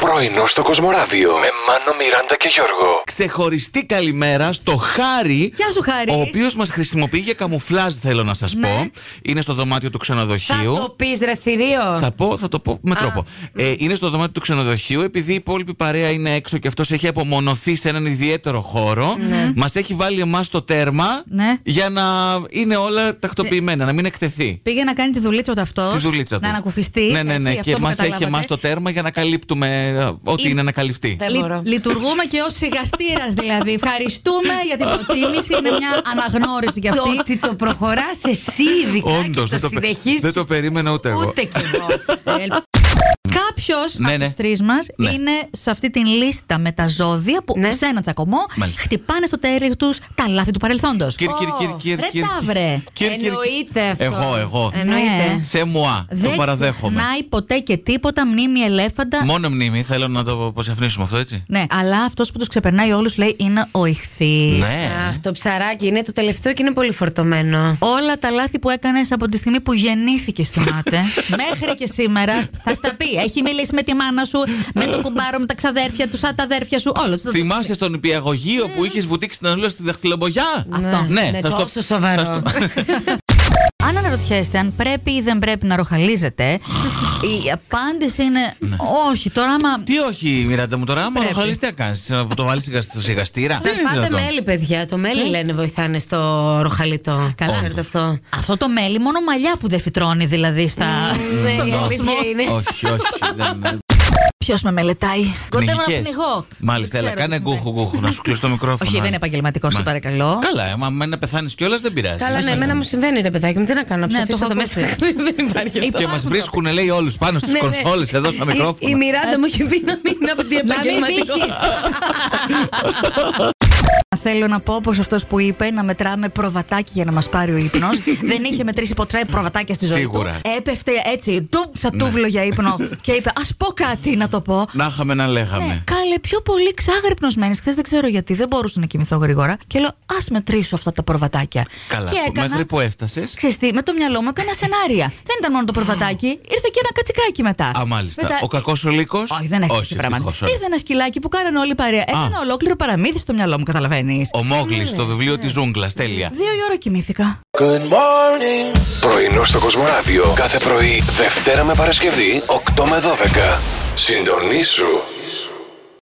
Πρωινό στο Κοσμοράδιο με Μάνο, Μιράντα και Γιώργο. Ξεχωριστή καλημέρα στο Χάρη. Γεια σου, Χάρη. Ναι. Ο οποίος μας χρησιμοποιεί για καμουφλάζ, θέλω να σας πω. Είναι στο δωμάτιο του Θα ξενοδοχείου. το πεις ρε θηρίο. Θα πω, θα το πω με τρόπο. Ε, είναι στο δωμάτιο του ξενοδοχείου, επειδή η υπόλοιπη παρέα είναι έξω και αυτός έχει απομονωθεί σε έναν ιδιαίτερο χώρο. Μας έχει βάλει εμάς το τέρμα Ναι. για να είναι όλα τακτοποιημένα, να μην εκτεθεί. Πήγε να κάνει τη δουλίτσα του αυτός. Τη δουλίτσα του. Να ανακουφιστεί. Ναι, ναι, ναι. έτσι, αυτό και που μας έχει καταλάβατε. εμά το τέρμα για να καλύπτουμε ε, ό,τι είναι να καλυφθεί. Δεν Λει- μπορώ. λειτουργούμε και ως σιγαστήρας δηλαδή. Ευχαριστούμε για την προτίμηση. Είναι μια αναγνώριση για Το αυτή. ότι το προχωράς εσύ ειδικά Όντως, και δεν το, το πε- συνεχίζεις, δεν το περίμενα ούτε εγώ. Ούτε κι εγώ. Κάποιος Ναι, από ναι. του τρεις μας Ναι. είναι σε αυτή την λίστα με τα ζώδια που Ναι. σε ένα τσακωμό Μάλιστα. χτυπάνε στο τέλο τους τα λάθη του παρελθόντος. Κύρ, κύρ, κύρ, Ω, κύρ, ρε κύρ, ταύρε. κύρ, κύρ, κύρ. Εννοείται αυτό. Εγώ, εγώ. Εννοείται. Ναι. Σε μουά. Το Δεν παραδέχομαι. ξεχνάει ποτέ και τίποτα μνήμη ελέφαντα. Μόνο μνήμη, θέλω να το αποσαφνίσουμε αυτό, έτσι. Ναι, αλλά αυτός που τους ξεπερνάει όλους λέει είναι ο ηχθής. Ναι. Αχ, το ψαράκι είναι το τελευταίο και είναι πολύ φορτωμένο. Όλα τα λάθη που έκανες από τη στιγμή που γεννήθηκε, θυμάται. μέχρι και σήμερα θα στα πει. Έχει μιλήσει με τη μάνα σου, με το κουμπάρο, με τα ξαδέρφια του, σαν τα αδέρφια σου. Όλος το- Θυμάσαι στον υπηαγωγείο που είχες βουτήξει την ανούλα στη δαχτυλομπογιά. Αυτό. Ναι, είναι θα στο- τόσο σοβαρό. θα στο- Αν αναρωτιέστε αν πρέπει ή δεν πρέπει να ροχαλίζετε, η απάντηση είναι Ναι. όχι. Τώρα, άμα. Τι όχι, Μιράντα μου τώρα, άμα Πρέπει. ροχαλείς τι να κάνεις, να το βάλεις στο σιγαστήρα. Να φάτε μέλι, παιδιά. Το μέλι Ε. λένε βοηθάνε στο ροχαλιτό. Καλά, ξέρετε αυτό. Αυτό το μέλι, μόνο μαλλιά που δεν φυτρώνει δηλαδή στα. Ναι, η αλήθεια είναι. Όχι, όχι. δεν- Ποιος με μελετάει. Κοντεύω να πνιγικές. πνιγώ. Μάλιστα, Δεν έλα, κάνε ξέρω τι συμβαίνει. γκούχου γκούχου, να σου κλείσω το μικρόφωνο. Όχι, δεν είναι επαγγελματικός, σε Μάλιστα. παρακαλώ. Καλά, ε, μα να πεθάνεις κιόλας δεν πειράζει. Καλά, Δεν ναι, σε εμένα μου συμβαίνει ρε παιδάκι μου. Τι να κάνω, να Ναι, το ψοφήσω έχω εδώ μέσα. ακούσει. Δεν υπάρχει αυτό. Και μας βρίσκουν, λέει, όλους πάνω στις Ναι, ναι. κονσόλες εδώ στα Η- Η μικρόφωνα. Μιράντα μου έχει πει να μην είναι από την μην επαγγελματικό. δείχνεις. Θέλω να πω πως αυτός που είπε να μετράμε προβατάκι για να μας πάρει ο ύπνος. Δεν είχε μετρήσει ποτέ προβατάκια στη ζωή Σίγουρα. Ναι. του. Έπεφτε έτσι, ντουμ, σαν τούβλο για ύπνο. και είπε, Ας πω κάτι να το πω. Να είχαμε να λέγαμε. Ναι, κάλε πιο πολύ ξάγρυπνοσμένη. Χθες δεν ξέρω γιατί, δεν μπορούσα να κοιμηθώ γρήγορα. Και λέω, Ας μετρήσω αυτά τα προβατάκια. Καλά, και που- έκανα. μέχρι που έφτασες. Ξέρεις τι, με το μυαλό μου έκανα σενάρια. δεν ήταν μόνο το προβατάκι, ήρθε και ένα κατσικάκι μετά. Α, μάλιστα. Μετά- Ο κακός ο λύκος. όχι, δεν έχει Όχι, τέτοια πράγματα. ευτυχώς, όχι. Ήρθε ένα σκυλάκι που κάνανε όλη η παρέα. Έκανα ολόκληρο παραμύθι στο μυαλό μου, καταλαβαίνεις. Ο Μόγλη, το Ναι, βιβλίο της ζούγκλας. Τέλεια. Δύο η ώρα κοιμήθηκα. Πρωινό στο Κοσμοράδιο κάθε πρωί, Δευτέρα με Παρασκευή, 8 με 12. Συντονίσου